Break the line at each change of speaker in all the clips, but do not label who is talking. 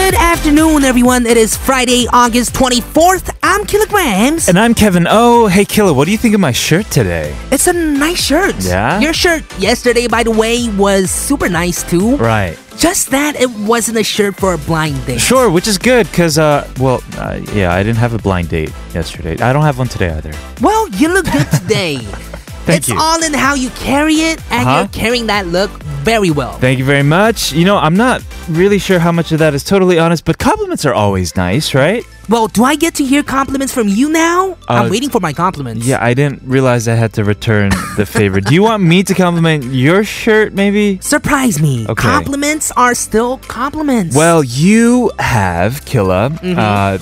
afternoon, everyone. It is Friday, August 24th. I'm Kilograms.
And I'm Kevin O. Hey, Killa, what do you think of my shirt today?
It's a nice shirt.
Yeah?
Your shirt yesterday, by the way, was super nice too.
Right.
Just that it wasn't a shirt for a blind date.
Sure, which is good because, uh, well, uh, yeah, I didn't have a blind date yesterday. I don't have one today either.
Well, you look good today.
Thank
it's
you.
all in how you carry it, and
Uh-huh.
you're carrying that look very well.
Thank you very much. You know, I'm not really sure how much of that is totally honest, but compliments are always nice, right?
well, do I get to hear compliments from you now? I'm
Uh,
waiting for my compliments.
Yeah, I didn't realize I had to return the favor. do you want me to compliment your shirt, maybe?
Surprise me.
Okay.
Compliments are still compliments.
Well, you have, Killa.
Mm-hmm.
Uh,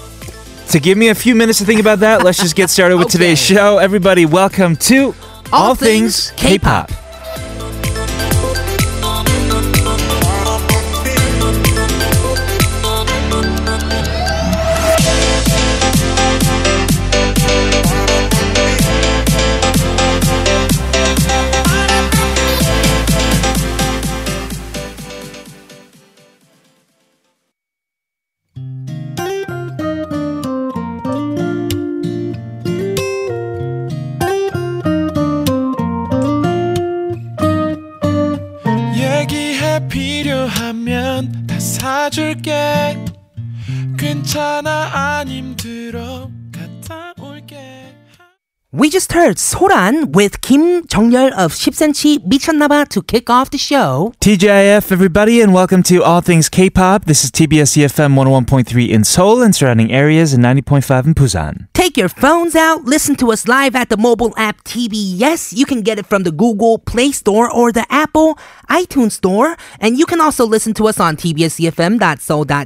to give me a few minutes to think about that, let's just get started with today's
Okay.
show. Everybody, welcome to
All Things K-Pop.
얘기해 필요하면 다 사줄게 괜찮아 안 힘들어 갔다 올게
We just heard Soran with Kim Jongyeol of 10cm 미쳤나봐 to kick off the show.
TJIF, everybody, and welcome to All Things K-Pop. This is TBS EFM 101.3 in Seoul and surrounding areas and 90.5 in Busan.
Take your phones out, listen to us live at the mobile app TBS. You can get it from the Google Play Store or the Apple iTunes Store. And you can also listen to us on tbscfm.so.kr,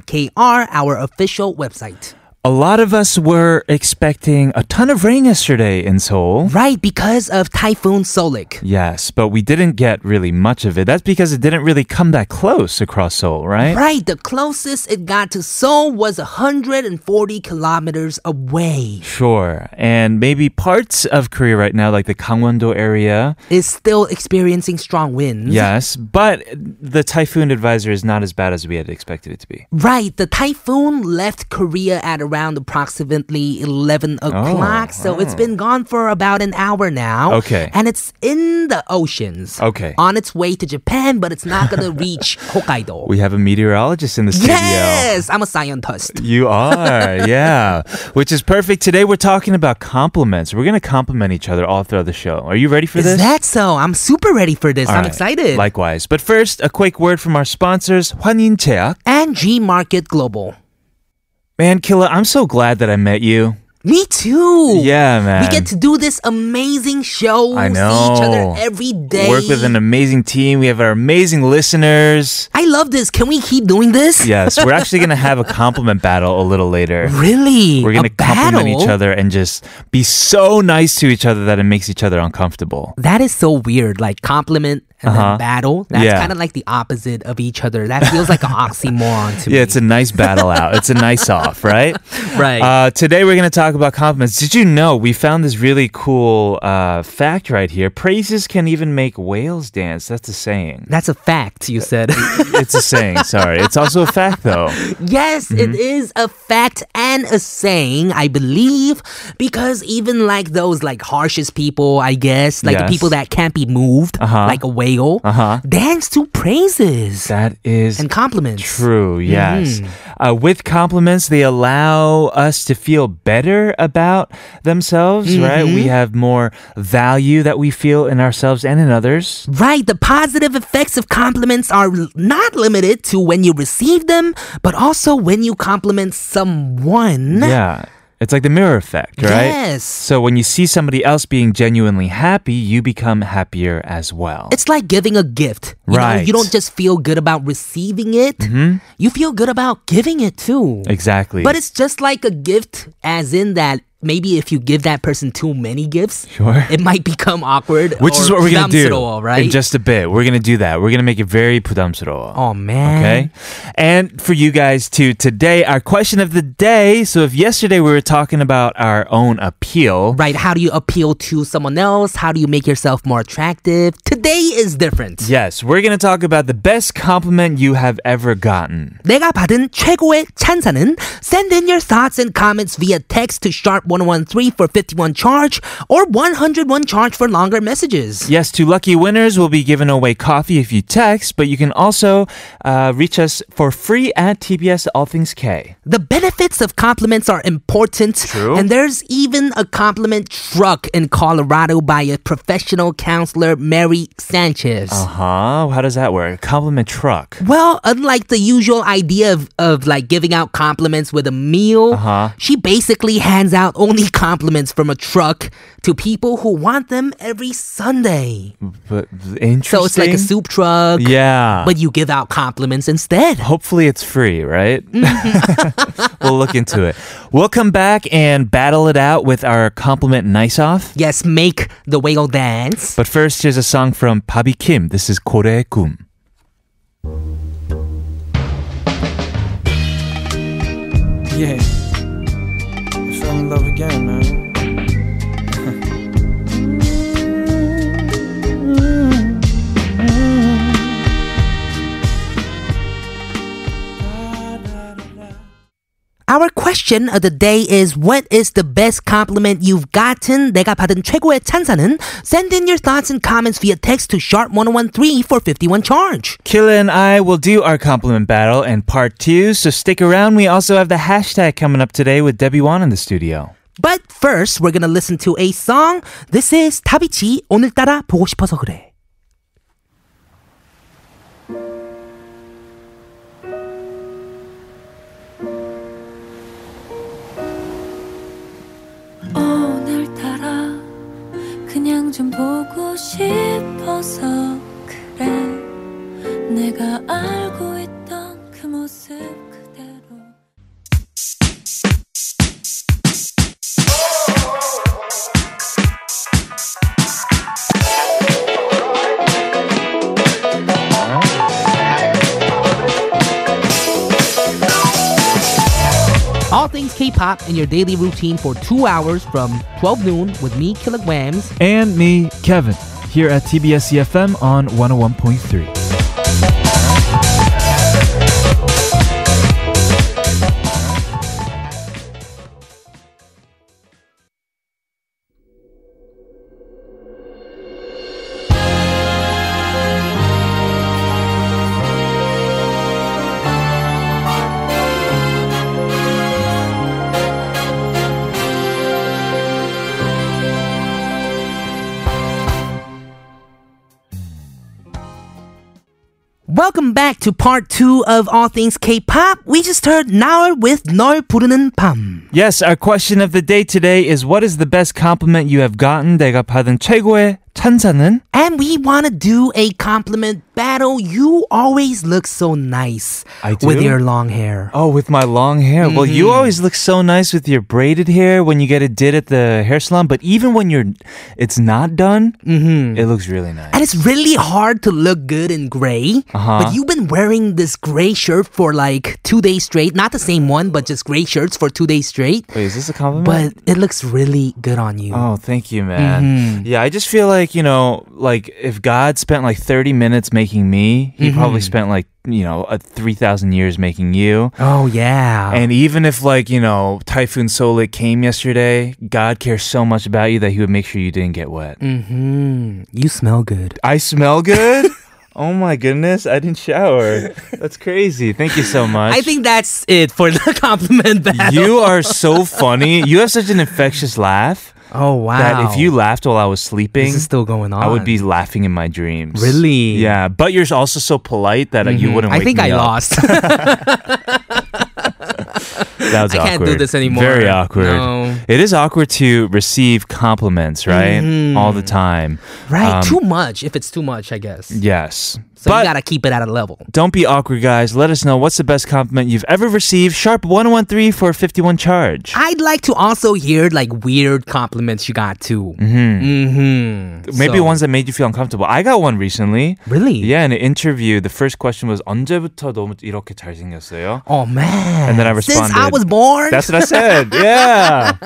our official website.
A lot of us were expecting a ton of rain yesterday in Seoul.
Right, because of Typhoon Solik.
Yes, but we didn't get really much of it. That's because it didn't really come that close across Seoul, right?
Right, the closest it got to Seoul was 140 kilometers away.
Sure. And maybe parts of Korea right now, like the Gangwon-do area.
It's still experiencing strong winds.
Yes, but the typhoon advisor is not as bad as we had expected it to be.
Right, the typhoon left Korea at around approximately 11
Oh,
o'clock, so it's been gone for about an hour now.
Okay.
And it's in the oceans.
Okay.
On its way to Japan, but it's not going to reach Hokkaido.
We have a meteorologist in the studio.
yes, I'm a scientist.
You are, yeah. Which is perfect. Today we're talking about compliments. We're gonna compliment each other all throughout the show. Are you ready for
Is
this?
that so? I'm super ready for this.
All
I'm
right.
excited.
Likewise. But first, a quick word from our sponsors, Hwanin Cheak.
and G Market Global.
Man, Killa, I'm so glad that I met you.
Me too.
Yeah, man.
We get to do this amazing show.
I
See each other
know.
every day.
work with an amazing team. We have our amazing listeners.
I love this. Can we keep doing this?
Yes, we're actually gonna have a compliment battle a little later.
Really?
We're
A
gonna compliment
battle?
each other and just be so nice to each other that it makes each other uncomfortable.
That is so weird. Like compliment and then battle. That's
Uh-huh. Yeah.
kind of like the opposite of each other. That feels like an oxymoron to me.
Yeah, it's a nice battle out. It's a nice off, right?
Right.
Uh, today we're going to talk about compliments. Did you know we found this really cool uh, fact right here? Praises can even make whales dance. That's a saying.
That's a fact, you said.
It's a saying. Sorry, it's also a fact though.
yes,
Mm-hmm.
it is a fact and a saying, I believe, because even like those like harshest people, I guess, like the
Yes. Uh-huh.
people that can't be moved, like a whale, dance to praises
That is
and Mm. compliments.
True, yes. Uh, with compliments, they allow us to feel better about themselves, right?
Mm-hmm.
We have more value that we feel in ourselves and in others.
Right, the positive effects of compliments are l- not limited to when you receive them, but also when you compliment someone.
Yeah. It's like the mirror effect, right?
Yes.
So when you see somebody else being genuinely happy, you become happier as well.
It's like giving a gift. You Know,
Right. Mm-hmm.
you don't just feel good about receiving it, you feel good about giving it too.
exactly.
But it's just like a gift, as in that maybe if you give that person too many gifts,
Sure.
it might become awkward.
Which
or
is what we're gonna do
부담스러워, right?
in just a bit. We're gonna do that. We're gonna make it very 부담스러워.
oh man.
Okay. And for you guys too, today, our question of the day. So, if yesterday we were talking about our own appeal,
Right, how do you appeal to someone else? How do you make yourself more attractive? Today is different.
yes, we're going to talk about the best compliment you have ever gotten.
내가 받은 최고의 찬사는 send in your thoughts and comments via text to sharp 1013 for 51 charge or 101 charge for longer messages.
Yes, to lucky winners, we'll be giving away coffee if you text, but you can also uh, reach us for free at TBS All Things K.
The benefits of compliments are important.
True.
And there's even a compliment truck in Colorado by a professional counselor, Mary Sanchez.
Uh huh. How does that work? Compliment truck.
Well, unlike the usual idea of, of like giving out compliments with a meal,
Uh-huh.
she basically hands out only compliments from a truck to people who want them every Sunday.
But interesting.
So it's like a soup truck,
Yeah.
but you give out compliments instead.
Hopefully it's free, right?
Mm-hmm.
we'll look into it. We'll come back and battle it out with our compliment nice off.
Yes, make the whale dance.
But first, here's a song from Bobby Kim. This is 고래의 꿈.
Yeah. I fell in love again, man.
Our question of the day is what is the best compliment you've gotten? 내가 받은 최고의 찬사는 send in your thoughts and comments via text to sharp 1013 for 51 charge.
Killa and I will do our compliment battle in part two, so stick around. We also have the hashtag coming up today with Debbie Wan in the studio.
But first, we're gonna listen to a song. This is 타비치 오늘따라 보고 싶어서 그래.
오늘따라 어, 그냥 좀 보고 싶어서 그래 내가 알고 있던 그 모습 그대로
All things K-pop in your daily routine for two hours from 12 noon with me, Kilograms.
And me, Kevin, here at TBS EFM E on 101.3.
Welcome back to part two of All Things K-pop. We just heard Now with 널 부르는 밤.
Yes, our question of the day today is what is the best compliment you have gotten? 내가 받은 최고의 찬사는?
And we want to do a compliment battle. You always look so nice
I do?
with your long hair.
Oh, with my long hair. Well, you always look so nice with your braided hair when you get it did at the hair salon, but even when you're it's not done, it looks really nice.
And it's really hard to look good in gray.
Uh-huh.
But you've been wearing this gray shirt for like two days straight. Not the same one, but just gray shirts for two days straight.
Wait, is this a compliment?
But it looks really good on you.
Oh, thank you, man. Yeah, I just feel like, you know, like if God spent like 30 minutes making me, he probably spent like, you know, a 3,000 years making you.
Oh, yeah.
And even if, like, you know, Typhoon Solik came yesterday, God cares so much about you that he would make sure you didn't get wet.
hmm You smell good.
I smell good? oh my goodness, I didn't shower. That's crazy. Thank you so much.
I think that's it for the compliment battle.
you are so funny. You have such an infectious laugh
oh, wow.
that if you laughed while I was sleeping,
This is still going on.
I would be laughing in my dreams.
Really? Mm-hmm.
Yeah, but you're also so polite that uh you wouldn't.
I
Wake
think
me
I
up.
lost.
That was
I
awkward.
can't do this anymore.
Very awkward.
No.
It is awkward to receive compliments, right?
Mm-hmm.
All the time.
Right,
Um,
too much. If it's too much, I guess.
Yes.
So
but
you gotta keep it at a level.
don't be awkward, guys. Let us know what's the best compliment you've ever received. Sharp 113 for a 51 charge.
I'd like to also hear like weird compliments you got too. Mm-hmm.
Maybe
So-
ones that made you feel uncomfortable. I got one recently.
Really?
Yeah, in an interview, the first question was 언제부터 너무 이렇게 잘생겼어요?
Oh man.
And then I
Since I
responded,
was born,
That's what I said. Yeah.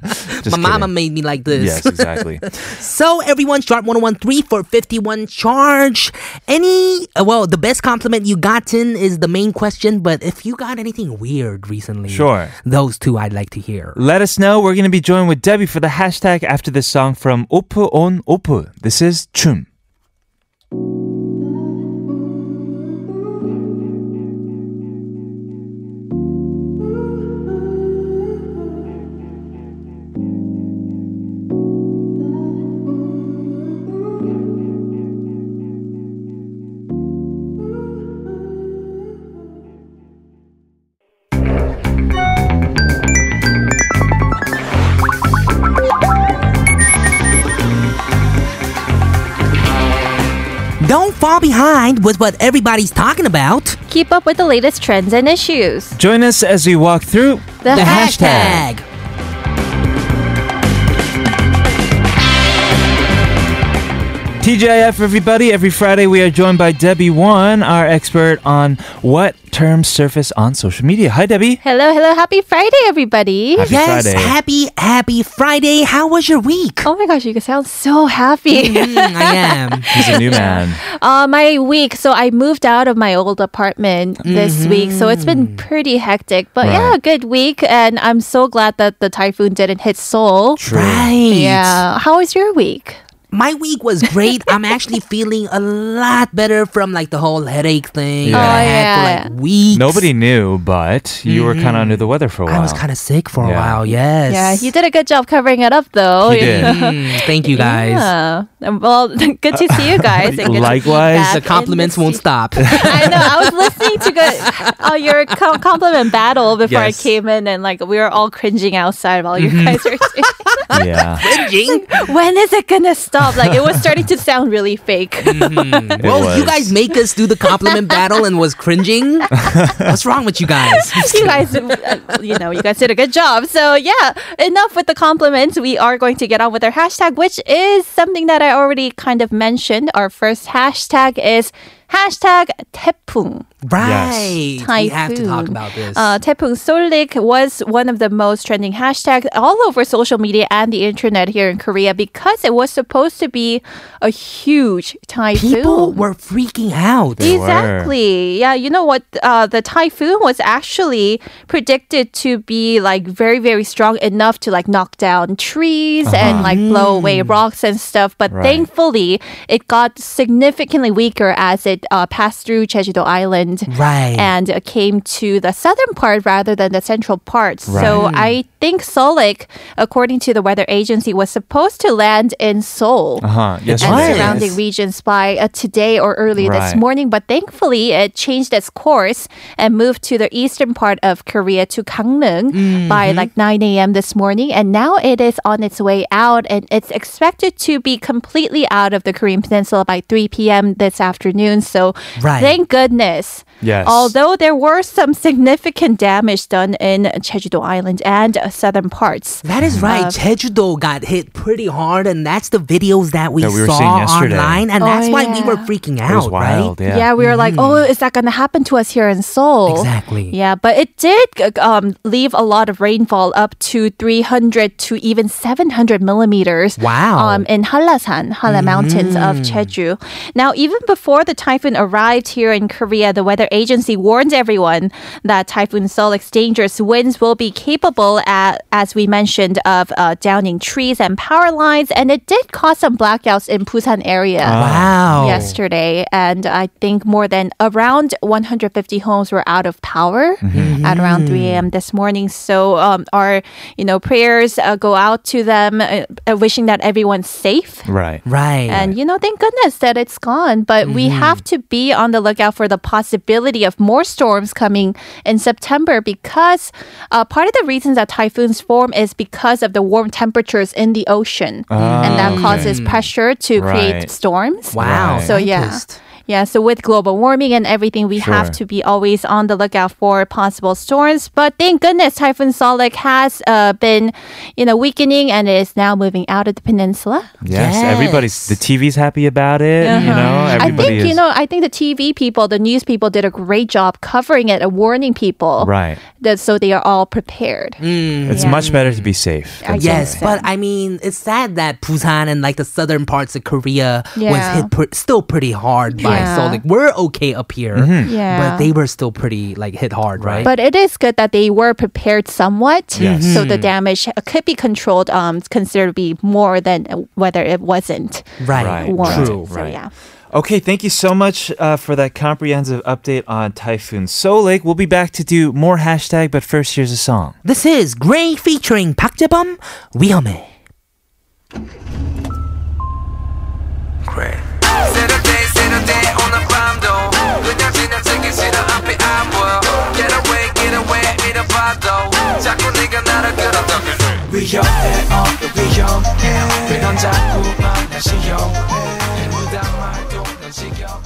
Just
my mama
kidding.
made me like this.
Yes, exactly.
So everyone, sharp 1013 for 51 charge. Any, uh, well, the best compliment you gotten is the main question, but if you got anything weird recently,
Sure.
those two I'd like to hear.
Let us know. We're going to be joined with Debbie for the hashtag after this song from Opu on Opu. This is Chum.
Don't fall behind with what everybody's talking about.
Keep up with the latest trends and issues.
Join us as we walk through
The,
TJF, everybody. Every Friday, we are joined by Debbie One, our expert on what terms surface on social media. Hi, Debbie.
Hello, hello, happy Friday, everybody.
Happy
yes,
Friday.
happy, happy Friday. How was your week?
Oh my gosh, you sound so happy.
Mm, I am.
He's a new man.
Uh, my week, so I moved out of my old apartment this
Mm-hmm.
week, so it's been pretty hectic. But yeah,
Right.
good week, and I'm so glad that the typhoon didn't hit Seoul.
Right.
Yeah. How was your week?
My week was great. I'm actually feeling a lot better from like the whole headache thing that I
Oh,
had for like weeks.
Nobody knew, but you were kind of under the weather for a while.
Mm-hmm. I was kind of sick for a
Yeah.
while. Yes.
Yeah, you did a good job covering it up, though.
He did.
Mm, thank you guys.
Yeah. Well, good to see you guys. and good to be
Likewise.
back
The
in
compliments won't
sea-
stop.
I know. I was listening to good, uh, your com- compliment battle before
Yes.
I came in, and like we were all cringing outside while you guys were. Doing,
yeah.
Binging?
when is it gonna stop? Like it was starting to sound really fake.
It
well, you
was.
guys make us do the compliment battle and was cringing. What's wrong with you guys?
you guys, uh, you know, you guys did a good job. So yeah, enough with the compliments. We are going to get on with our hashtag, which is something that I already kind of mentioned. Our first hashtag is hashtag 태풍.
Right. We have to talk
Typhoon.
about this.
Uh, 태풍 Solik was one of the most trending hashtags all over social media and the internet here in Korea because it was supposed to be a huge typhoon.
People were freaking out.
They were.
Exactly. Yeah, you know what? Uh, the typhoon was actually predicted to be like very, very strong enough to like knock down trees
Uh-huh.
and like blow away
Mm.
rocks and stuff. But
Right.
thankfully, it got significantly weaker as it uh, passed through Jeju-do Island
Right.
and uh, came to the southern part rather than the central part. So I think Solik, according to the weather agency, was supposed to land in Seoul
Uh huh. Yes,
and
Right.
surrounding regions by uh, today or early this
Right.
morning. But thankfully, it changed its course and moved to the eastern part of Korea to Gangneung by like 9 a.m. this morning. And now it is on its way out and it's expected to be completely out of the Korean Peninsula by 3 p.m. this afternoon. So
Right.
thank goodness.
Yes.
Although there were some significant damage done in Jeju-do Island and uh, southern parts.
That is right.
Uh,
Jeju-do got hit pretty hard, and that's the videos that we,
That we were
saw
seeing yesterday.
online, and
Oh,
that's why we
yeah.
were freaking
It
out,
was wild.
right?
Yeah.
Yeah, we were like, oh, is that going to happen to us here in Seoul?
Exactly.
Yeah, but it did uh, um, leave a lot of rainfall up to 300 to even 700 millimeters.
Wow.
Um, in Hallasan, Halla Mountains of Jeju. Now, even before the typhoon arrived here in Korea, the weather agency warned everyone that Typhoon Solik's dangerous winds will be capable, at, as we mentioned, of uh, downing trees and power lines, and it did cause some blackouts in Busan area
Ah.
Oh.
Wow.
yesterday, and I think more than around 150 homes were out of power
Mm-hmm.
at around 3 a.m. this morning. So um, our you know prayers uh, go out to them, uh, uh, wishing that everyone's safe.
Right.
Right.
Mm-hmm.
And you know, thank goodness that it's gone. But we have to be on the lookout for the possibility of more storms coming in September because uh, part of the reason that typhoons form is because of the warm temperatures in the ocean. and that
Ah, okay.
causes pressure to
Right.
create storms.
Wow.
Right.
So, yeah.
scientist.
Yeah, so with global warming and everything, we have
Sure.
to be always on the lookout for possible storms. But thank goodness Typhoon Solek has uh, been, you know, weakening and is now moving out of the peninsula. Uh-huh.
Yes, everybody's the TV's happy about it. You know,
I
everybody
think,
is
you know, I think the TV people, the news people did a great job covering it and warning people.
right.
That, so they are all prepared.
It's
Yeah.
much better to be safe.
I
than
guess.
Mm, Yes,
sorry.
but I mean, it's sad that Busan and like the southern parts of Korea
Yeah.
was hit pre- still pretty hard by
Yeah.
Seoul. Like we're okay up here,
Mm-hmm.
Yeah.
but they were still pretty like hit hard, right?
But it is good that they were prepared somewhat, so
Mm-hmm.
the damage could be controlled, um, considered to be more than whether it wasn't.
right,
Warm.
true.
So yeah.
Okay, thank you so much uh, for that comprehensive update on Typhoon Solake. We'll be back to do more hashtag, but first here's a song.
This is Gray featuring Park Jae-bum, 위험해.
Saturday, Saturday on the 밤도 그냥 지나치기 싫어 앞이 안 보여 Get away, get away 밀어봐도 자꾸 네가 나를 끌어도
위험해 어이 위험해 왜넌 자꾸만 날 시험해 무단 말도 넌 지겨워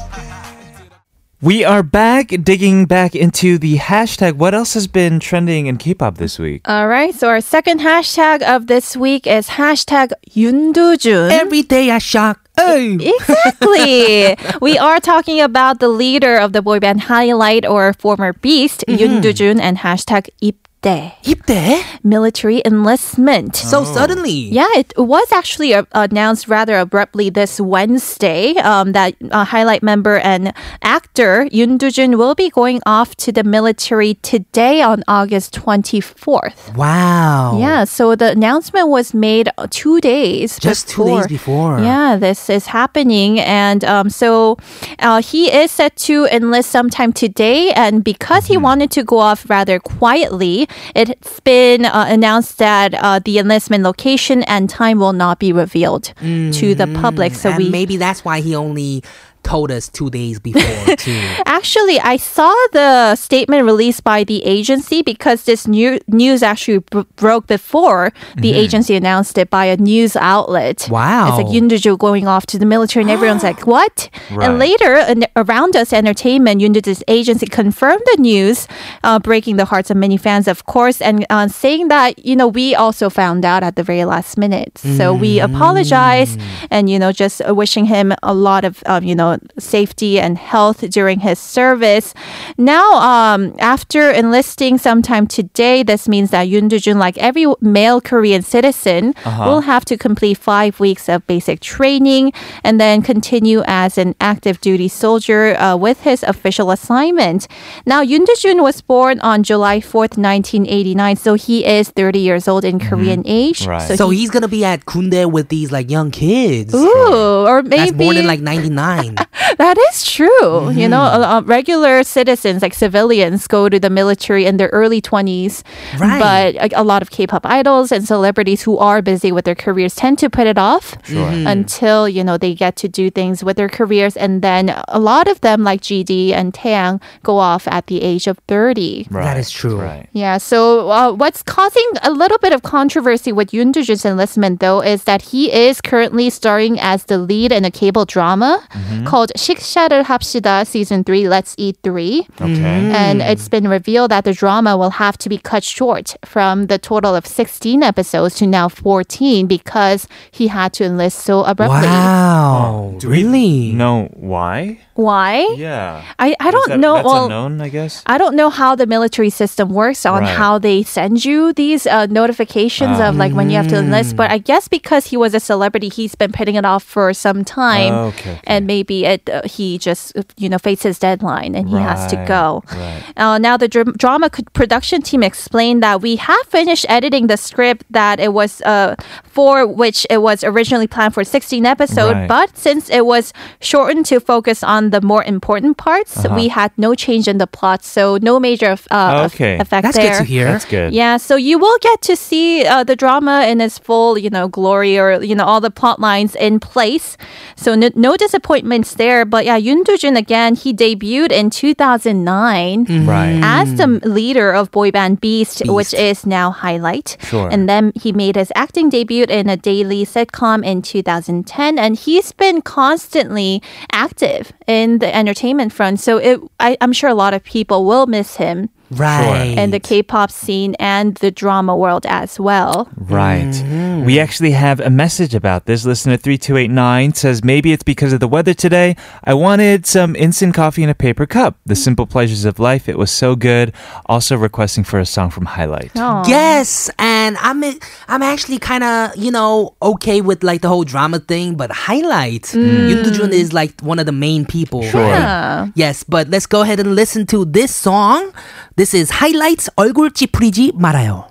We are back, digging back into the hashtag. What else has been trending in K-pop this week?
All right. So our second hashtag of this week is hashtag 윤두준.
Every day I shock. Hey.
Exactly. we are talking about the leader of the boy band Highlight or former Beast, Yoon Dujun, and hashtag 입대,
입대?
military enlistment.
So suddenly.
Yeah, it was actually uh, announced rather abruptly this Wednesday um, that uh, highlight member and actor Yoon Dujun will be going off to the military today on August 24th.
Wow.
Yeah, so the announcement was made uh, two days
Just two days before.
Yeah, this is happening, and um, so uh, he is set to enlist sometime today. And because he
Mm-hmm.
wanted to go off rather quietly, it's been uh, announced that uh, the enlistment location and time will not be revealed to the public.
Hmm,
So
Mm-hmm. and
we
maybe that's why he only told us two days before too.
Actually, I saw the statement released by the agency because this new news actually bro- broke before the agency announced it by a news outlet.
Wow.
It's like Yunduju going off to the military and everyone's like, what?
Right.
And later, an- around us entertainment, Yunduju's agency confirmed the news, uh, breaking the hearts of many fans, of course, and uh, saying that, you know, we also found out at the very last minute. So we apologize and, you know, just uh, wishing him a lot of, um, you know, safety and health during his service. Now, um, after enlisting sometime today, this means that Yoon Dujun, like every male Korean citizen, will have to complete five weeks of basic training and then continue as an active duty soldier uh, with his official assignment. Now, Yoon Dujun was born on July 4th, 1989, so he is 30 years old in Korean age.
Right.
so he's gonna be at Kunde with these like young kids.
Ooh, or
That's
maybe
more than like mm-hmm. 99.
That is true. You know, uh, uh, regular citizens, like civilians, go to the military in their early 20s.
Right.
But like, a lot of K pop idols and celebrities who are busy with their careers tend to put it off
Mm.
until, you know, they get to do things with their careers. And then a lot of them, like GD and Taeyang, go off at the age of 30.
That is true.
Right.
Yeah, so uh, what's causing a little bit of controversy with Yoon Dujun's enlistment, though, is that he is currently starring as the lead in a cable drama called 식사를 합시다 Season 3, Let's Eat 3.
Okay.
And it's been revealed that the drama will have to be cut short from the total of 16 episodes to now 14 because he had to enlist so abruptly.
Wow. really?
Know why?
Why?
Yeah.
I, I
Is
don't
that-
know.
That's
well,
unknown, I guess.
I don't know how the military system works on
Right.
how they send you these uh, notifications of like when you have to
Ah.
enlist, but I guess because he was a celebrity, he's been putting it off for some time,
Oh, okay, okay.
and maybe it uh, he just you know faced his deadline and he has to
Right,
go.
right.
Uh, now the dr- drama co- production team explained that we have finished editing the script that it was uh, for which it was originally planned for 16 episode,
Right.
but since it was shortened to focus on the more important parts,
Uh-huh.
we had no change in the plot, so no major uh,
Okay.
effect
That's
there.
good to hear.
That's good.
Yeah, so you will get to see uh, the drama in its full, you know, glory or you know all the plot lines in place. So no, no disappointments us there. But yeah, Yoon Dojun again, he debuted in 2009
Mm-hmm.
Right.
as the
Mm.
leader of boy band Beast, which is now Highlight.
Sure.
And then he made his acting debut in a daily sitcom in 2010, and he's been constantly active in the entertainment front. So it, I, I'm sure a lot of people will miss him
Right.
in the K-pop scene and the drama world as well.
Mm-hmm.
Right.
Mm-hmm.
We actually have a message about this. Listener 3289 says, Maybe it's because of the weather today. I wanted some instant coffee in a paper cup. The
Mm-hmm.
simple pleasures of life. It was so good. Also requesting for a song from Highlight.
Oh.
Yes, and I'm I'm actually kind of you know okay with like the whole drama thing, but highlight
Mm.
Yoon Doo-jun is like one of the main people.
Yeah.
Yes, but let's go ahead and listen to this song. This is highlights 얼굴 찌푸리지 말아요.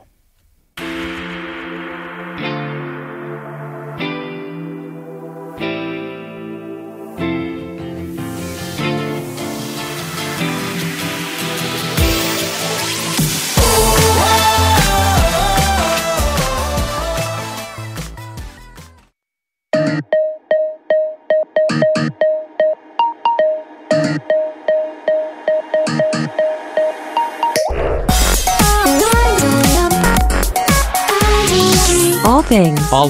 All things. All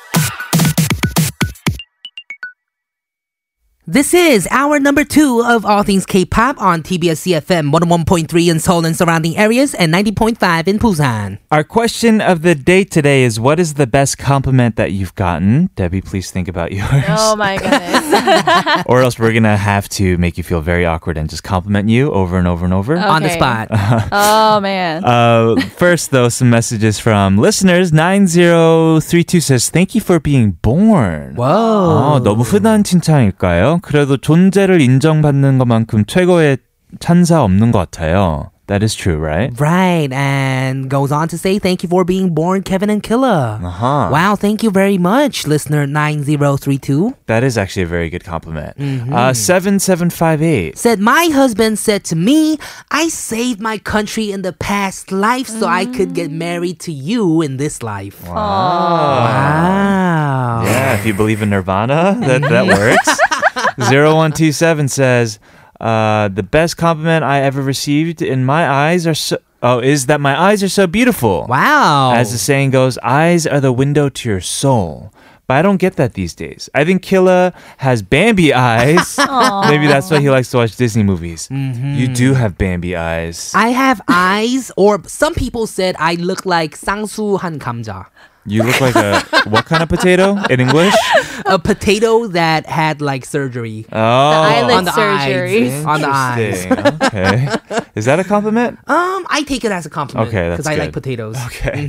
This is our number two of all things K-pop on TBS CFM 101.3 in Seoul and surrounding areas and 90.5 in Busan.
Our question of the day today is What is the best compliment that you've gotten? Debbie, please think about yours.
Oh my goodness.
or else we're going to have to make you feel very awkward and just compliment you over and over and over.
On the
Okay.
spot.
oh man.
Uh, first, though, some messages from listeners. 9032 says, Thank you for being born.
Whoa.
아, 너무 흔한 칭찬일까요? 그래도 존재를 인정받는 것만큼 최고의 찬사 없는 것 같아요. That is true, right?
Right, and goes on to say, Thank you for being born, Kevin and Killa.
Uh-huh.
Wow, thank you very much, listener 9032.
That is actually a very good compliment. Uh, 7758.
Said, My husband said to me, I saved my country in the past life so I could
Mm.
get married to you in this life. Wow. 아.
아. Yeah, if you believe in Nirvana, that, that works. 0127 says, uh, The best compliment I ever received in my eyes are so. Oh, is that my eyes are so beautiful.
Wow.
As the saying goes, eyes are the window to your soul. But I don't get that these days. I think Killa has Bambi eyes. Maybe that's why he likes to watch Disney movies. You do have Bambi eyes.
Mm-hmm. I have eyes, or some people said I look like Sangsu Han Kamja,
You look like a what kind of potato in English?
a potato that had like surgery
Oh,
eyelid
on the eyes.
surgeries.
On the eyes.
Interesting. okay, is that a compliment?
Um, I take it as a compliment.
Okay, that's
Because I like
good.
potatoes.
Okay.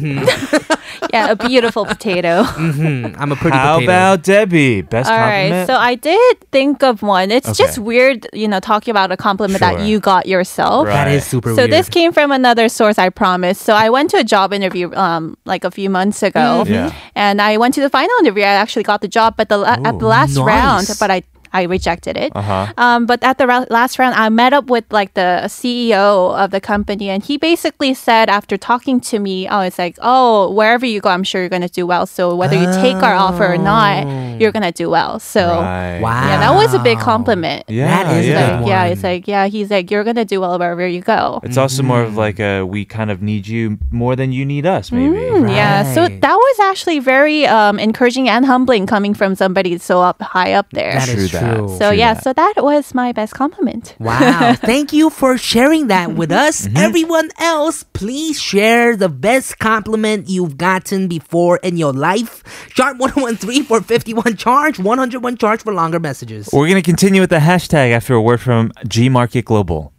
yeah, a beautiful potato.
Mm, I'm a pretty
How
potato.
about Debbie? Best
All right.
compliment.
So I did think of one. It's
Okay.
just weird, you know, talking about a compliment
Sure.
that you got yourself.
Right.
that is super
So
weird.
this came from another source, I promise. So I went to a job interview um, like a few months ago,
Yeah.
and I went to the final interview. I actually got the job, but the la- at the last
nice.
round, but I I rejected it.
Uh-huh.
Um, but at the ra- last round, I met up with like the CEO of the company, and he basically said after talking to me, oh, it's like, oh, wherever you go, I'm sure you're gonna do well. So whether you take our offer or not, you're gonna do well. So
Oh. Right.
wow.
Oh. yeah, that was a big compliment.
Yeah,
That is a
yeah.
good
Like, yeah, it's like yeah, he's like you're gonna do well wherever you go.
It's
Mm-hmm.
also more of like a we kind of need you more than you need us, maybe.
Mm, Yeah, so
Right.
that was actually very um, encouraging and humbling coming from somebody so up high up there.
That is
True that.
true.
so
true
yeah,
that.
so that was my best compliment.
Wow. Thank you for sharing that with
Mm-hmm.
us. Everyone else, please share the best compliment you've gotten before in your life. Sharp 1013 for 51 charge, 101 charge for longer messages.
We're going to continue with the hashtag after a word from G Market Global.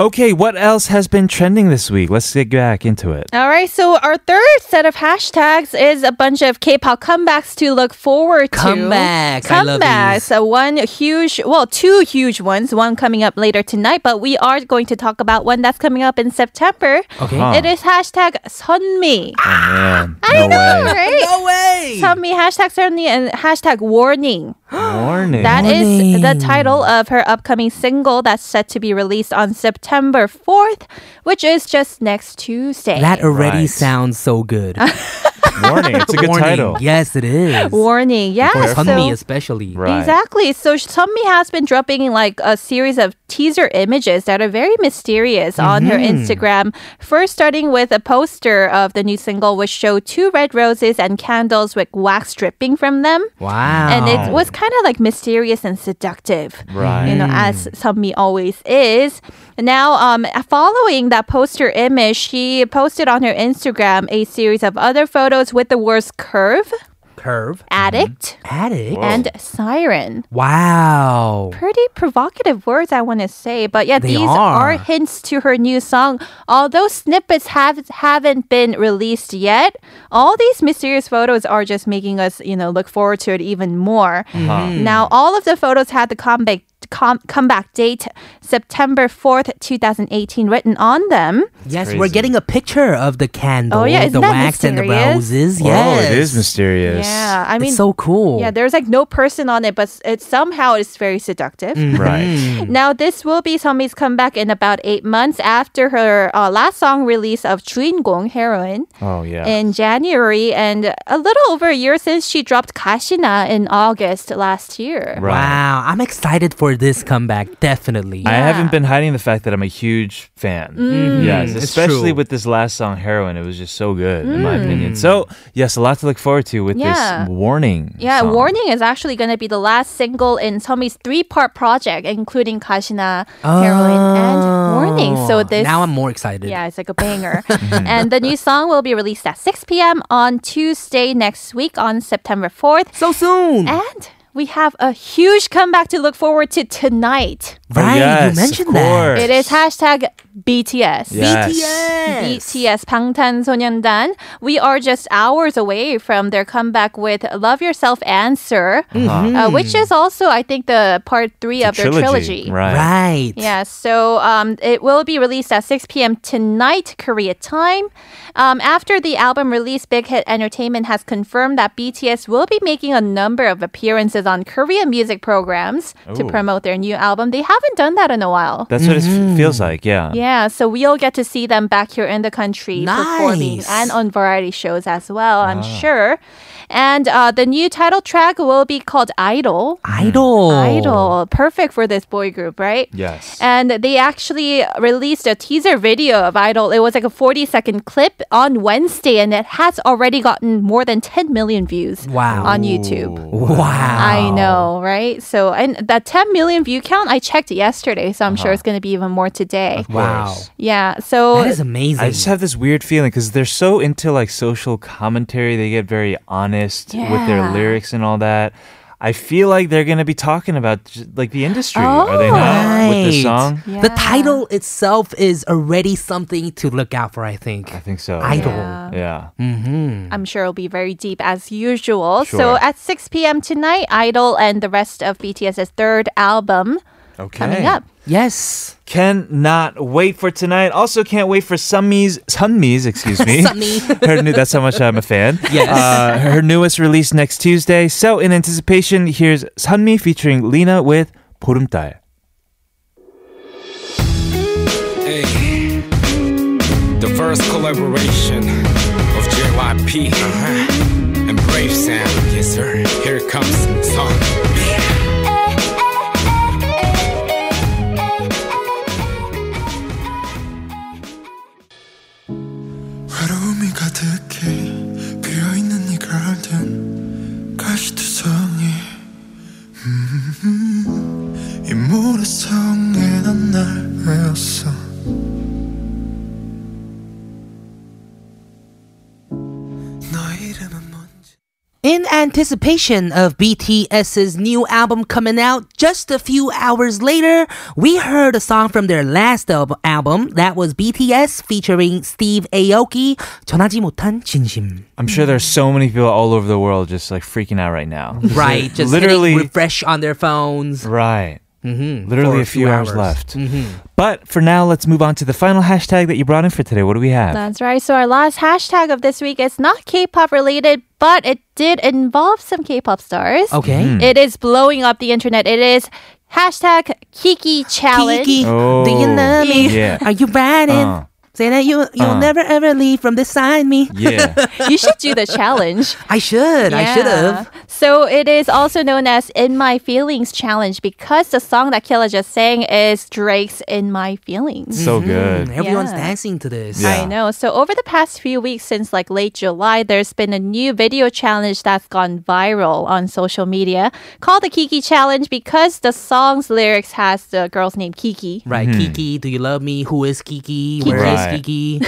Okay, what else has been trending this week? Let's get back into it.
All right, so our third set of hashtags is a bunch of K-pop comebacks to look forward to.
Comebacks. I love
comebacks.
these.
So one huge, well, two huge ones. One coming up later tonight, but we are going to talk about one that's coming up in September.
Okay.
Huh.
It is hashtag Sunmi.
Oh, man. no
I know,
way.
right?
No way.
Sunmi hashtag Sunmi and hashtag Warning.
Warning.
That is the title of her upcoming single that's set to be released on September 4th, which is just next Tuesday.
That already
Right.
sounds so good.
Warning. It's a good
Warning.
title.
Yes, it is.
Warning, yeah.
For Sunmi
so-
especially.
Right.
Exactly. So Sunmi has been dropping like a series of teaser images that are very mysterious on her Instagram. First, starting with a poster of the new single, which showed two red roses and candles with wax dripping from them,
Wow.
and it was kind of like mysterious and seductive.
Right.
You know, as Sunmi always is. Now, um, following that poster image, she posted on her Instagram a series of other photos with the words curve,
curve
addict,
Mm-hmm. addict.
and siren.
Wow.
Pretty provocative words, I want to say, but yeah,
They
these
are.
are. hints to her new song. Although snippets have haven't been released yet, all these mysterious photos are just making us, you know, look forward to it even more.
Mm-hmm.
Now, all of the photos had the comeback com- comeback date September fourth, two thousand eighteen, written on them.
Yes,
crazy.
we're getting a picture of the candle,
Oh, yeah, isn't
the
that
wax and the
mysterious?
roses.
Oh,
yes.
it is mysterious.
Yeah, I mean,
it's so cool.
yeah, there's like no person on it, but s- it somehow is very seductive.
Mm-hmm.
Right.
Hmm.
Now, this will be Sunmi's comeback in about eight months after her uh, last song release of 주인공, Heroin,
Hmm.
Oh, yeah.
in January, and a little over a year since she dropped Kashina in August last year.
right.
Wow, I'm excited for this comeback, definitely.
I
Yeah. Mm.
haven't been hiding the fact that I'm a huge fan. Yes,
Mm-hmm. It's
especially
true.
with this last song, Heroin. It was just so good, in my opinion. So, yes, a lot to look forward to with
Mm. Yeah.
this warning.
Yeah,
song.
Warning is actually going to be the last single in Sunmi's three part project, including Kashina, Heroin, and Warning. So,
Oh,
this.
now I'm Hmm. more excited.
Yeah, it's like a banger. and the new song will be released at 6 p.m. on Tuesday next week on September 4th.
So soon,
And we have a huge comeback to look forward to tonight.
Oh,
right?
yes,
you mentioned
of
that.
course.
It is hashtag BTS.
Yes.
BTS 방탄소년단. We are just hours away from their comeback with Love Yourself Answer,
Mm. Uh-huh.
uh, which is also, I think, the part three of their trilogy.
Right.
Right.
Yeah, so um, it will be released at 6 p.m. tonight, Korea time. Um, after the album release, Big Hit Entertainment has confirmed that BTS will be making a number of appearances on Korean music programs to
Ooh.
promote their new album. They haven't done that in a while.
That's what it
Mm-hmm.
f- feels like. Yeah.
Yeah, so we'll get to see them back here in the country performing
Nice.
and on variety shows as well, I'm
Ah.
sure. And uh, the new title track will be called Idol.
Idol.
Idol. Perfect for this boy group, right?
Oh. Yes.
And they actually released a teaser video of Idol. It was like a 40 second clip on Wednesday, and it has already gotten more than 10 million views
Wow.
on YouTube.
Wow.
I know, right? So, and that 10 million view count I checked yesterday, so I'm sure it's going to be even more
Of
today.
Wow.
course.
Yeah. So,
Uh-huh. That is amazing.
I just have this weird feeling because they're so into like social commentary. They get very honest with their
Yeah.
lyrics and all that. I feel like they're going to be talking about j- like the industry. Are they not with
Oh,
this
Right.
song?
The
Yeah.
title itself is already something to look out for. I think.
I think so.
Idol.
Yeah.
I'm sure it'll be very deep as usual.
Sure.
So, at 6 p.m. tonight, Idol and the rest of BTS's third album
Okay.
coming up.
Yes.
Cannot wait for tonight. Also, can't wait for Sunmi's Sunmi's. Excuse me.
Sunmi.
her new. That's how much I'm a fan.
Yes.
Uh, her newest release next Tuesday. So in anticipation, here's Sunmi featuring Lena with 보름달.
Hey, the first collaboration of JYP and Brave Uh-huh. Sound. Yes, sir. Here comes Sun.
외로움이 가득해 비어있는 이 garden 가시투성이 음, 이 모래성에 난 날 외웠어 너 이름은 뭔지
It's In anticipation of BTS's new album coming out just a few hours later, we heard a song from their last al- album that was BTS featuring Steve Aoki, 전하지 못한 진심.
I'm sure there's so many people all over the world just like freaking out right now.
Right, just
literally-
literally refresh on their phones.
Right. Mm-hmm. Literally
For
a
a
few,
few
hours,
hours. Mm-hmm.
left. But for now, let's move on to the final hashtag that you brought in for today. What do we have?
That's right. So our last hashtag of this week is not K-pop related, but it did involve some K-pop stars.
Okay.
It is blowing up the internet. It is hashtag Kiki Challenge.
Kiki,
Oh,
do you love me?
yeah.
Are you riding?
Uh.
Say that you you'll
Uh.
never ever leave from this side me.
Yeah.
You should do the challenge.
I should. I should
Yeah.
have.
So it is also known as In My Feelings Challenge because the song that Killa just sang is Drake's In My Feelings.
so good.
Mm, Everyone's
Yeah.
dancing to this.
Yeah.
I know. So over the past few weeks since like late July, there's been a new video challenge that's gone viral on social media called the Kiki Challenge because the song's lyrics has the girl's name Kiki.
Right, Kiki, do you love me? Who is Kiki? Where
Kiki.
is
Mm-hmm. Right.
Kiki?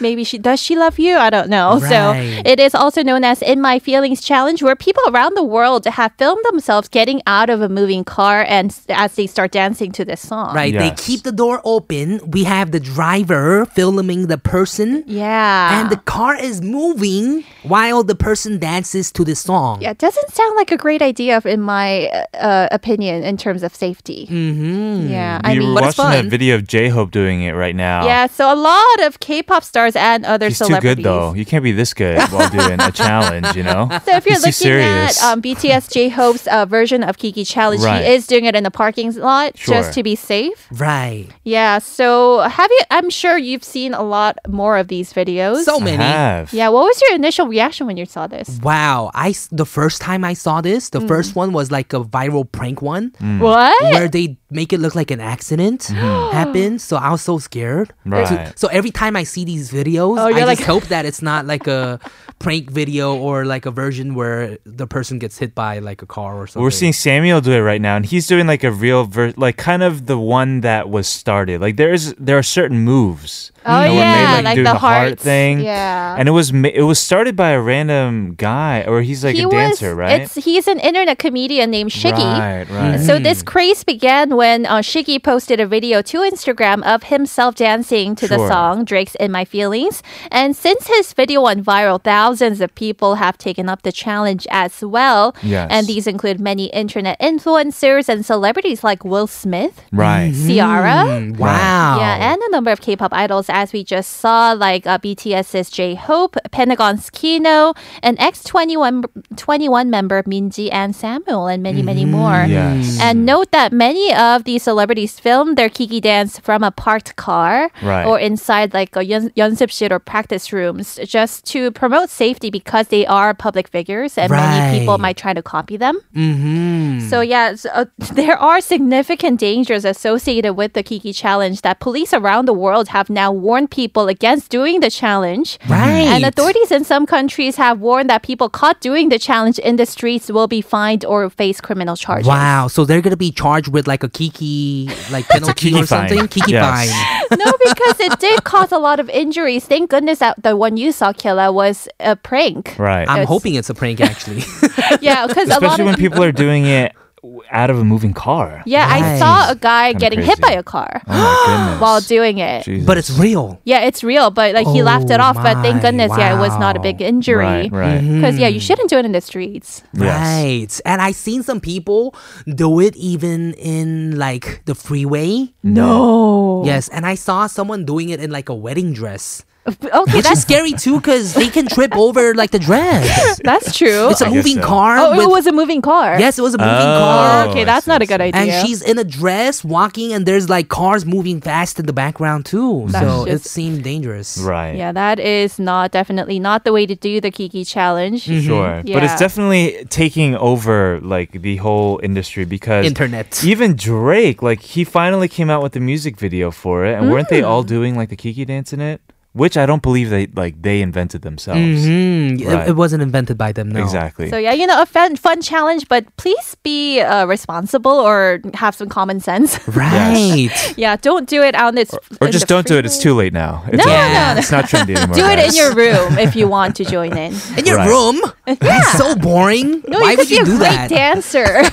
Maybe she does she love you? I don't know. So
Right.
it is also known as In My Feelings Challenge where people around the world have filmed themselves getting out of a moving car and s- as they start dancing to this song.
Right, they
Yes.
keep the door open. We have the driver filming the person,
Yeah.
and the car is moving while the person dances to the song.
yeah, it doesn't sound like a great idea, if- in my uh, uh, opinion, in terms of safety.
Mm.
Mm-hmm. Yeah, I
we
mean,
were watching that
fun.
video of J Hope doing it right now.
Yeah, so a lot of K-pop stars and other
He's too good
celebrities.
though. You can't be this good while doing a challenge, you know?
So if you're
He's too
looking at
serious.
um, BTS J-Hope's uh, version of Kiki Challenge,
Right.
he is doing it in the parking lot
Sure.
just to be safe.
Right.
Yeah. So have you? I'm sure you've seen a lot more of these videos.
So
I
many.
have.
yeah. What was your initial reaction when you saw this?
Wow. I s- the first time I saw this, the first one was like a viral prank one
Mm.
What?
where they make it look like an accident happened. So I was so scared.
Right.
So every time I see these videos, I
Oh, you're
just
like-
hope that it's not like a prank video or like a version where the person gets hit by like a car or something.
We're seeing Samuel do it right now, and he's doing like a real, ver- like kind of the one that was started. Like there is, there are certain moves.
Oh,
that were
yeah,
made,
like
doing
the
heart
hearts.
thing.
Yeah.
and it was ma- it was started by a random guy, or he's like
he
a dancer,
was.
right?
It's he's an internet comedian named Shiggy.
Right, right.
So this craze began when uh, Shiggy posted a video to Instagram of himself dancing to the
Sure.
song Drake's In My Feelings. And since his video went viral, thousands of people have taken up the challenge as well.
Yes.
And these include many internet influencers and celebrities like Will Smith,
Right. Mm.
Ciara.
Wow.
Yeah, and a number of K-pop idols, as we just saw, like uh, BTS's J-Hope, Pentagon's Kino, and X21 21 member Minji and Samuel, and many, many more.
Mm-hmm. Yes.
Mm.
And note that many of these celebrities filmed their Kiki dance from a parked car
Right.
or inside like a 연- 연습실 or practice rooms just to promote safety because they are public figures and many people
Right. Mm.
might try to copy them.
Mm-hmm.
So yeah, so, uh, there are significant dangers associated with the Kiki challenge that police around the world have now warned people against doing the challenge.
Right.
And authorities in some countries have warned that people caught doing the challenge in the streets will be fined or face criminal charges.
Wow. So they're gonna be charged with like a kiki like penalty
kiki
or something.
fine.
Kiki
Yes.
fine.
no, because it did cause a lot of injuries. Thank goodness that the one you saw, Killa, was a prank.
Right.
I'm
It's-
hoping it's a prank actually.
Yeah, because a lot
Especially
of
when people are doing it w- out of a moving car.
yeah, I
Nice.
saw a guy getting hit by
crazy.
a car
Oh my goodness.
while doing it.
Jesus.
but it's real.
Yeah, it's real, but like he laughed it
Oh
off. But thank
my,
goodness, yeah, it was not a
wow. Hmm.
big injury.
Right. Right.
Mm-hmm.
Because yeah, you shouldn't do it in the streets.
Yes.
Right. And I've seen some people do it even in like the freeway.
No.
Yes. And I saw someone doing it in like a wedding dress.
Okay,
Which is
that's
scary too because they can trip over like the dress.
that's true.
It's a
guess
moving
so.
car.
oh,
with,
it was a moving car.
Yes, it was a moving
Oh.
car.
Okay,
I
that's
see,
not
I
a good
see.
idea.
And she's in a dress walking, and there's like cars moving fast in the background too.
That's
so it
just-
seemed dangerous.
Right.
yeah, that is not definitely not the way to do the Kiki challenge.
Mm-hmm.
Sure. But it's
Yeah.
definitely taking over like the whole industry because
Internet.
Even
Mm.
Drake, like he finally came out with the music video for it, and weren't they all doing like the Kiki dance in it? which I don't believe they like they invented themselves.
Mhm. It-
Right.
It, wasn't invented by them, no.
Exactly.
So yeah, you know, a fun, fun challenge, but please be uh, responsible or have some common sense.
Right.
yeah, don't do it out in this.
or
in
just
the
don't do it. It's
freeway.
too late now. It's
No,
over.
no, no.
It's not trendy anymore.
Do it in
guys.
your room if you want to join in.
In your
Right.
room? That's so boring.
No,
Why
you could
would
be
you
a
do
great
that?
dancer.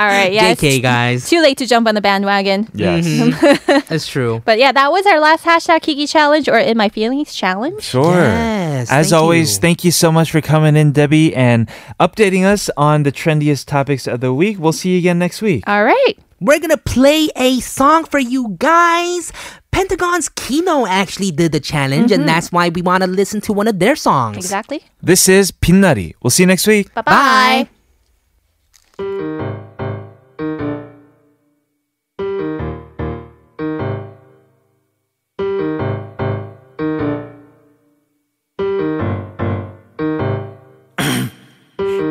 All right, yeah, it's
JK, guys.
too late to jump on the bandwagon.
yes,
Mm-hmm.
That's true.
But yeah, that was our last hashtag Kiki challenge or in my feelings challenge.
sure.
Yes,
As
thank
always,
you.
thank you so much for coming in, Debbie, and updating us on the trendiest topics of the week. We'll see you again next week.
All right.
We're gonna play a song for you guys. Pentagon's Kino actually did the challenge, and that's why we wanna listen to one of their songs.
Exactly.
This is Pinnari. We'll see you next week.
Bye bye.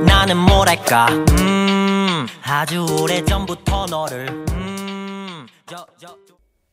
나는 뭐랄까 음 아주 오래전부터 너를 음 저, 저.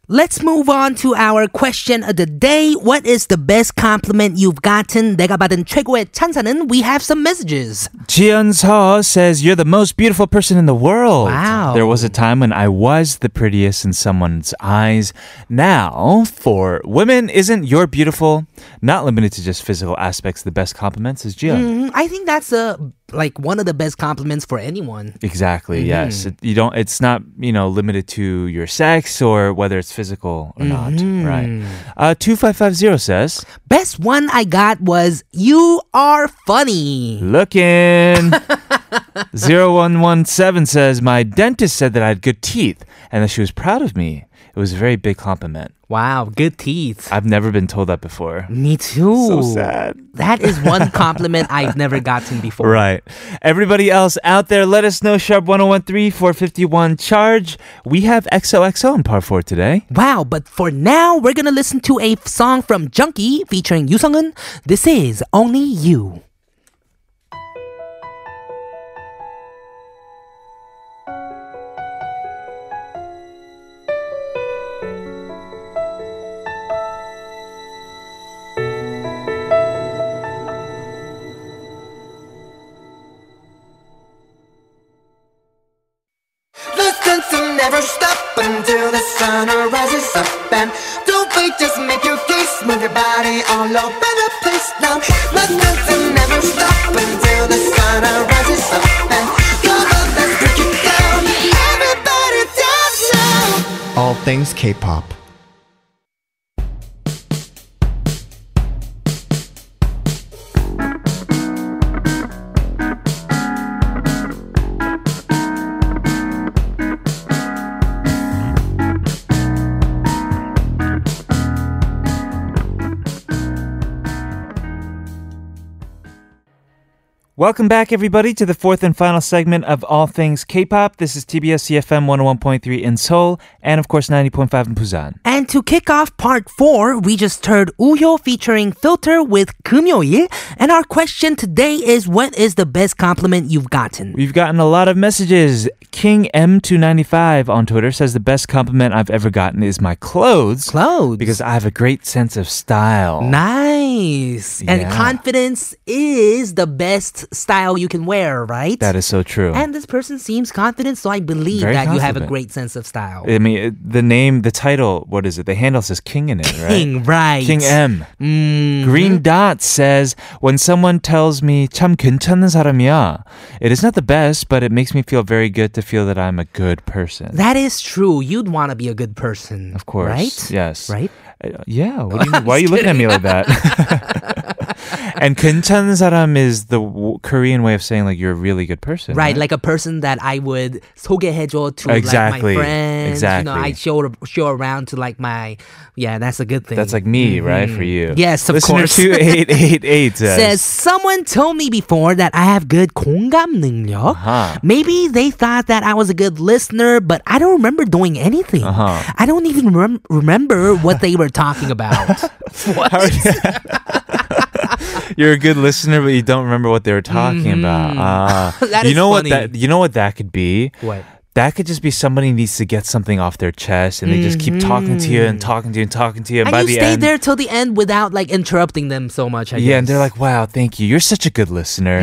Let's move on to our question of the day. What is the best compliment you've gotten? 내가 받은 최고의 찬사는 we have some messages.
Jian Sa says, You're the most beautiful person in the world.
Wow.
There was a time when I was the prettiest in someone's eyes. Now, for women, isn't you're beautiful not limited to just physical aspects? The best compliments is Jian.
Mm, I think that's a like one of the best compliments for anyone.
Exactly. Yes. It- you don't. It's not you know limited to your sex or whether it's physical or not. Right. Uh, Two five five zero says,
Best one I got was you are funny.
Looking. 0117 says, My dentist said that I had good teeth and that she was proud of me. It was a very big compliment.
Wow, good teeth.
I've never been told that before.
Me too.
So sad.
That is one compliment I've never gotten before.
Right. Everybody else out there, let us know. Sharp 1013 451 charge. We have XOXO in par four today.
Wow, but for now, we're gonna listen to a f- song from Junkie featuring Yoo Sung-un. This is Only You.
Listen to never stop until the sun rises up and don't wait, just make your case, move your body all over the place now. Listen to never stop until the sun rises up and come on, let's break it down. Everybody dance now.
All things K-pop.
Welcome back, everybody, to the fourth and final segment of All Things K pop. This is TBS CFM 101.3 in Seoul and, of course, 90.5 in Busan.
And to kick off part four, we just heard Uyo featuring Filter with Kumyoil. And our question today is what is the best compliment you've gotten?
We've gotten a lot of messages. King M295 on Twitter says the best compliment I've ever gotten is my clothes
Clothes.
because I have a great sense of style.
Nice. And
Yeah.
confidence is the best style you can wear, right?
that is so true.
and this person seems confident, so I believe
Very
that you have a
confident.
great sense of style.
I mean, it- the name, the title, what is it? The handle says King in it,
King, Mm-hmm. right.
right? King M. Green Dot says, when someone tells me, 참 괜찮은 사람이야, it is not the best, but it makes me feel very good to feel that I'm a good person.
That is true. You'd want to be a good person.
Of course.
Right?
Yes.
Right?
Uh, yeah. What do you, why are you looking at me like that? and 괜찮은 사람 is the w- Korean way of saying like you're a really good person.
Right, like a person that I would 소개해줘 to
Exactly.
like my friends.
Exactly.
You know, I show show around to like my yeah. That's a good thing.
That's like me, right? For you.
Mm-hmm. Yes, of
Listener
course.
Two eight eight eight
says someone told me before that I have good 공감 능력.
Uh-huh.
Maybe they thought that I was a good listener, but I don't remember doing anything.
Uh-huh.
I don't even rem- remember what they were talking about.
You're a good listener, but you don't remember what they were talking about. Ah,
Mm-hmm. That
you
is
know
funny.
what that you know what that could be.
what?
that could just be somebody needs to get something off their chest and they just keep talking to you and talking to you and talking to you. And,
Mm-hmm. And
by
you
the
stay
end,
there till the end without like interrupting them so much. I
yeah, and they're
guess. Mm-hmm.
like, wow, thank you. You're such a good listener.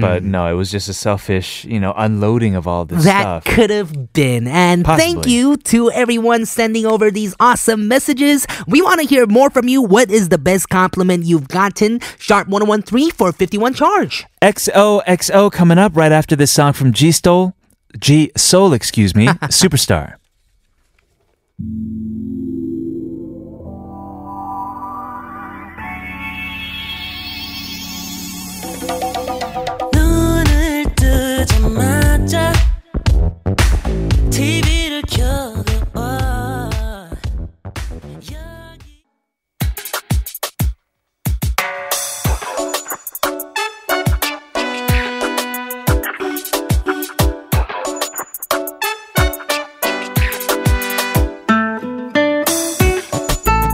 But no, it was just a selfish, you know, unloading of all this
That
stuff.
could have been. And thank
Possibly.
you to everyone sending over these awesome messages. We want to hear more from you. What is the best compliment you've gotten? Sharp 1013 for 51 charge.
XOXO coming up right after this song from G Stole. G Soul, excuse me, Superstar.
눈을 뜨자마자 TV를 켜고 와. 여기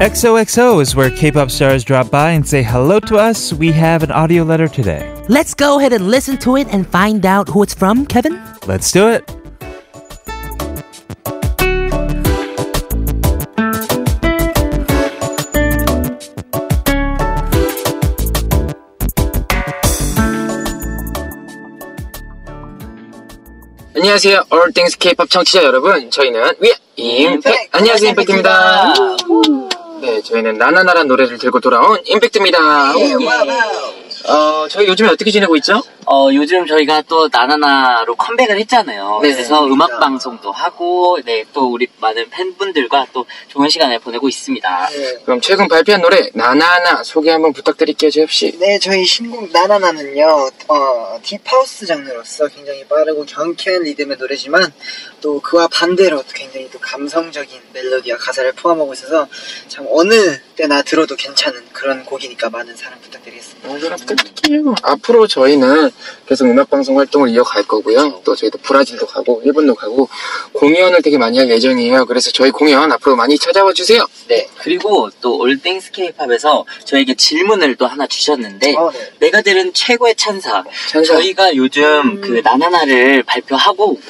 XOXO is where K pop stars drop by and say hello to us. We have an audio letter today.
Let's go ahead and listen to it and find out who it's from, Kevin.
Let's do it.
안녕하세요. All Things K-pop 청취자 여러분. 저희는 위 임팩. 안녕하세요. 임팩트입니다. 네, 저희는 나나나란 노래를 들고 돌아온 임팩트입니다. 어, 저희 요즘에 어떻게 지내고 있죠?
어, 요즘 저희가 또 나나나로 컴백을 했잖아요.
네,
그래서
진짜.
음악 방송도 하고, 네, 또 우리 많은 팬분들과 또 좋은 시간을 보내고 있습니다.
그럼 최근 발표한 노래 나나나 소개 한번 부탁드릴게요, 제엽 씨.
네, 저희 신곡 나나나는요, 어, 딥하우스 장르로서 굉장히 빠르고 경쾌한 리듬의 노래지만, 또 그와 반대로 또 굉장히 또 감성적인 멜로디와 가사를 포함하고 있어서, 참 어느 때나 들어도 괜찮은 그런 곡이니까 많은 사랑 부탁드리겠습니다.
어, 앞으로 저희는 계속 음악 방송 활동을 이어갈 거고요. 또 저희도 브라질도 가고 일본도 가고 공연을 되게 많이 할 예정이에요. 그래서 저희 공연 앞으로 많이 찾아와 주세요.
네, 그리고 또 올땡스 케이팝에서 저에게 질문을 또 하나 주셨는데, 내가 들은 최고의 찬사. 저희가 요즘
음.
그 나나나를 발표하고,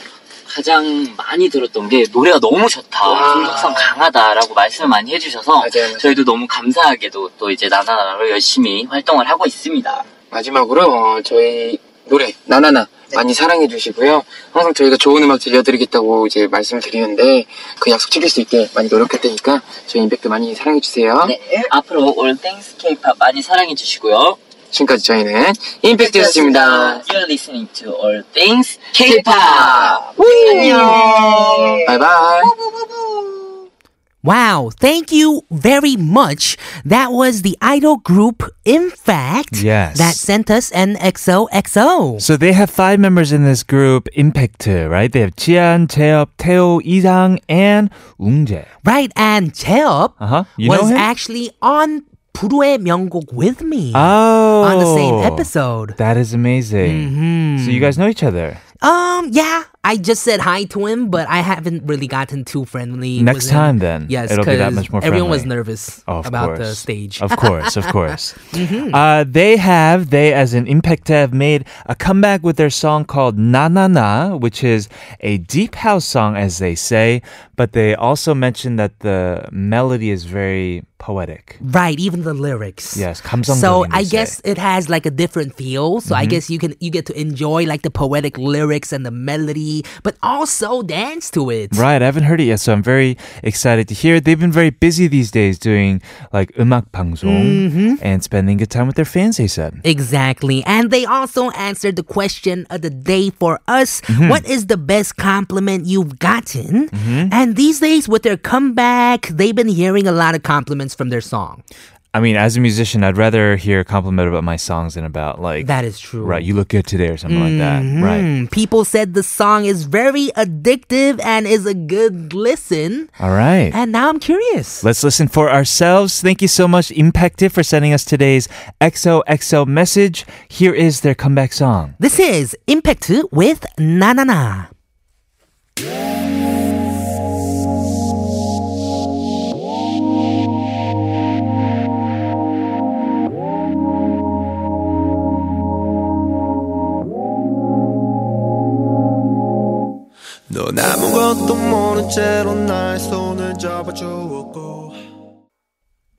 가장 많이 들었던 게 노래가 너무 좋다, 중독성 강하다라고 말씀을 많이 해주셔서 저희도 너무 감사하게도 또 이제 나나나로 열심히 활동을 하고 있습니다.
마지막으로 어, 저희 노래 나나나 많이 사랑해 주시고요. 항상 저희가 좋은 음악 들려드리겠다고 이제 말씀을 드리는데 그 약속 지킬 수 있게 많이 노력했다니까 저희 임팩트 많이 사랑해 주세요.
앞으로 올 땡스 케이팝 많이 사랑해 주시고요.
지금까지 저희는 임팩트였습니다.
You're listening to all things K-pop. 안녕.
바이바이.
Wow, thank you very much. That was the idol group, in fact,
Yes.
that sent us an XOXO.
So they have five members in this group, Impact, right? They have Jian, Taeyop, Teo, Idang, and Ungjae.
Right, and Taeyop
Uh huh. You know
was
him?
actually on Puru의 Myeongguk with me
oh,
on the same episode.
That is amazing.
Mm-hmm.
So you guys know each other.
Um, yeah, I just said hi to him, but I haven't really gotten too friendly.
Next
with him.
time, then,
yes,
it'll be that
'cause
much more
Everyone was
friendly.
nervous
Of
about
course.
the stage. Mm-hmm.
Of course, of course. uh, they have, they as an Impact have made a comeback with their song called Na Na Na, which is a deep house song, as they say, but they also mentioned that the melody is very poetic.
Right, even the lyrics.
Yes,
So
감성적인,
I
they say.
guess it has like a different feel. So I
Mhm.
guess you can you get to enjoy like the poetic lyrics and the melody, but also dance to it.
Right, I haven't heard it yet, so I'm very excited to hear it. They've been very busy these days doing like 음악 방송
Mm-hmm.
and spending good time with their fans. They said.
Exactly. And they also answered the question of the day for us.
Mhm.
What is the best compliment you've gotten?
Mm-hmm.
And these days with their comeback, they've been hearing a lot of compliments from their song.
I mean, as a musician, I'd rather hear a compliment about my songs than about like
That is true.
Right, you look good today or something like that. Right.
Mhm. People said the song is very addictive and is a good listen.
All right.
And now I'm curious.
Let's listen for ourselves. Thank you so much, Impactive, for sending us today's XOXO message. Here is their comeback song.
This is Impact with Na Na Na.
넌 아무것도 모른 채로 나의 손을 잡아주었고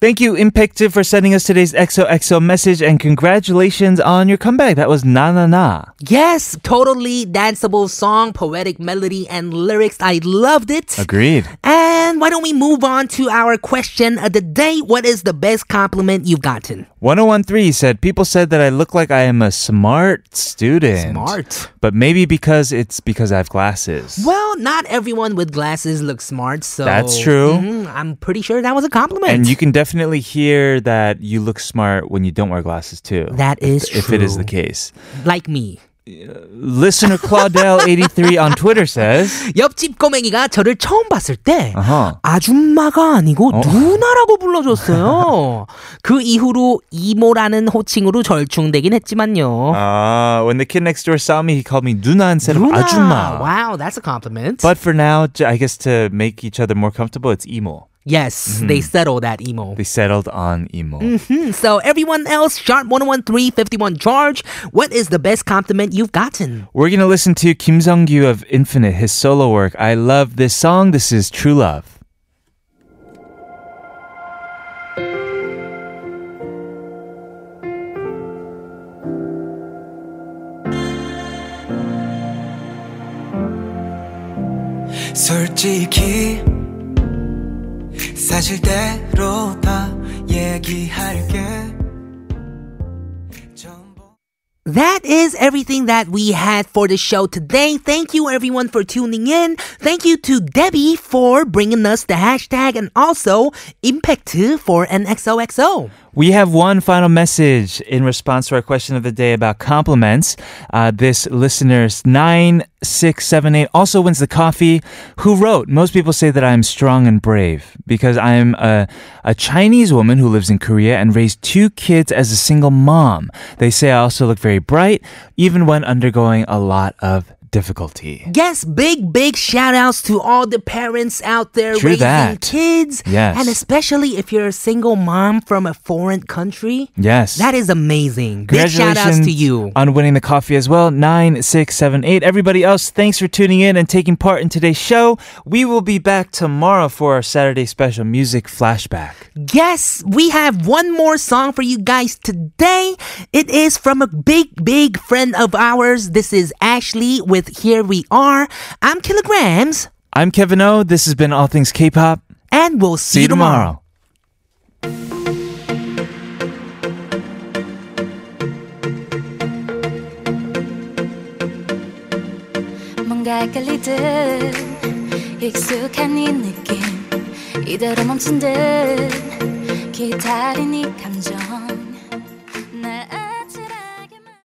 Thank you, Impactive, for sending us today's XOXO message, and congratulations on your comeback. That was Na Na Na.
Yes, totally danceable song, poetic melody, and lyrics. I loved it.
Agreed.
And why don't we move on to our question of the day? What is the best compliment you've gotten?
1013 said, People said that I look like I am a smart student.
Smart.
But maybe because it's because I have glasses.
Well, not everyone with glasses looks smart, so
That's true.
Mhm, I'm pretty sure that was a compliment.
And you can definitely hear that you look smart when you don't wear glasses, too.
That
If-
is
If it is
true.
the case.
like me.
Listener Claudel83 on Twitter says,
옆집 꼬맹이가 저를 처음 봤을 때
Uh-huh.
아줌마가 아니고
어.
누나라고 불러줬어요. 그 이후로 이모라는 호칭으로 절충되긴 했지만요.
Uh, when the kid next door saw me, he called me Nuna instead of Ajumma.
Wow, that's a compliment.
But for now, j- I guess to make each other more comfortable, it's emo.
yes,
음.
they settle that emo.
They settled on emo.
Mhm, So everyone else, sharp 101351 charge. What is the best compliment you've gotten?
We're going to listen to Kim Sung-gyu of Infinite, his solo work. I love this song. This is True Love.
솔직히 사실대로 다 얘기할게
That is everything that we had for the show today. Thank you everyone for tuning in. Thank you to Debbie for bringing us the hashtag and also Impact for an XOXO.
We have one final message in response to our question of the day about compliments. Uh, this listener's 9678 also wins the coffee. Who wrote, Most people say that I'm strong and brave because I'm a, a Chinese woman who lives in Korea and raised two kids as a single mom. They say I also look very bright, even when undergoing a lot of difficulty.
Yes, big, big shout outs to all the parents out there
True
raising
that.
kids.
Yes.
And especially if you're a single mom from a foreign country.
Yes.
That is amazing. Big shout outs to
Congratulations
you.
on winning the coffee as well. Nine, six, seven, eight. Everybody else, thanks for tuning in and taking part in today's show. We will be back tomorrow for our Saturday special music flashback.
Yes, we have one more song for you guys today. It is from a big, big friend of ours. This is Ashley with Here We Are. I'm Kilograms,
I'm Kevin O. This has been All Things K-pop.
and we'll see,
See you tomorrow.
뭔가 끌리듯 익숙한 이 느낌 이대로 멈춘 듯 기다린 이 감정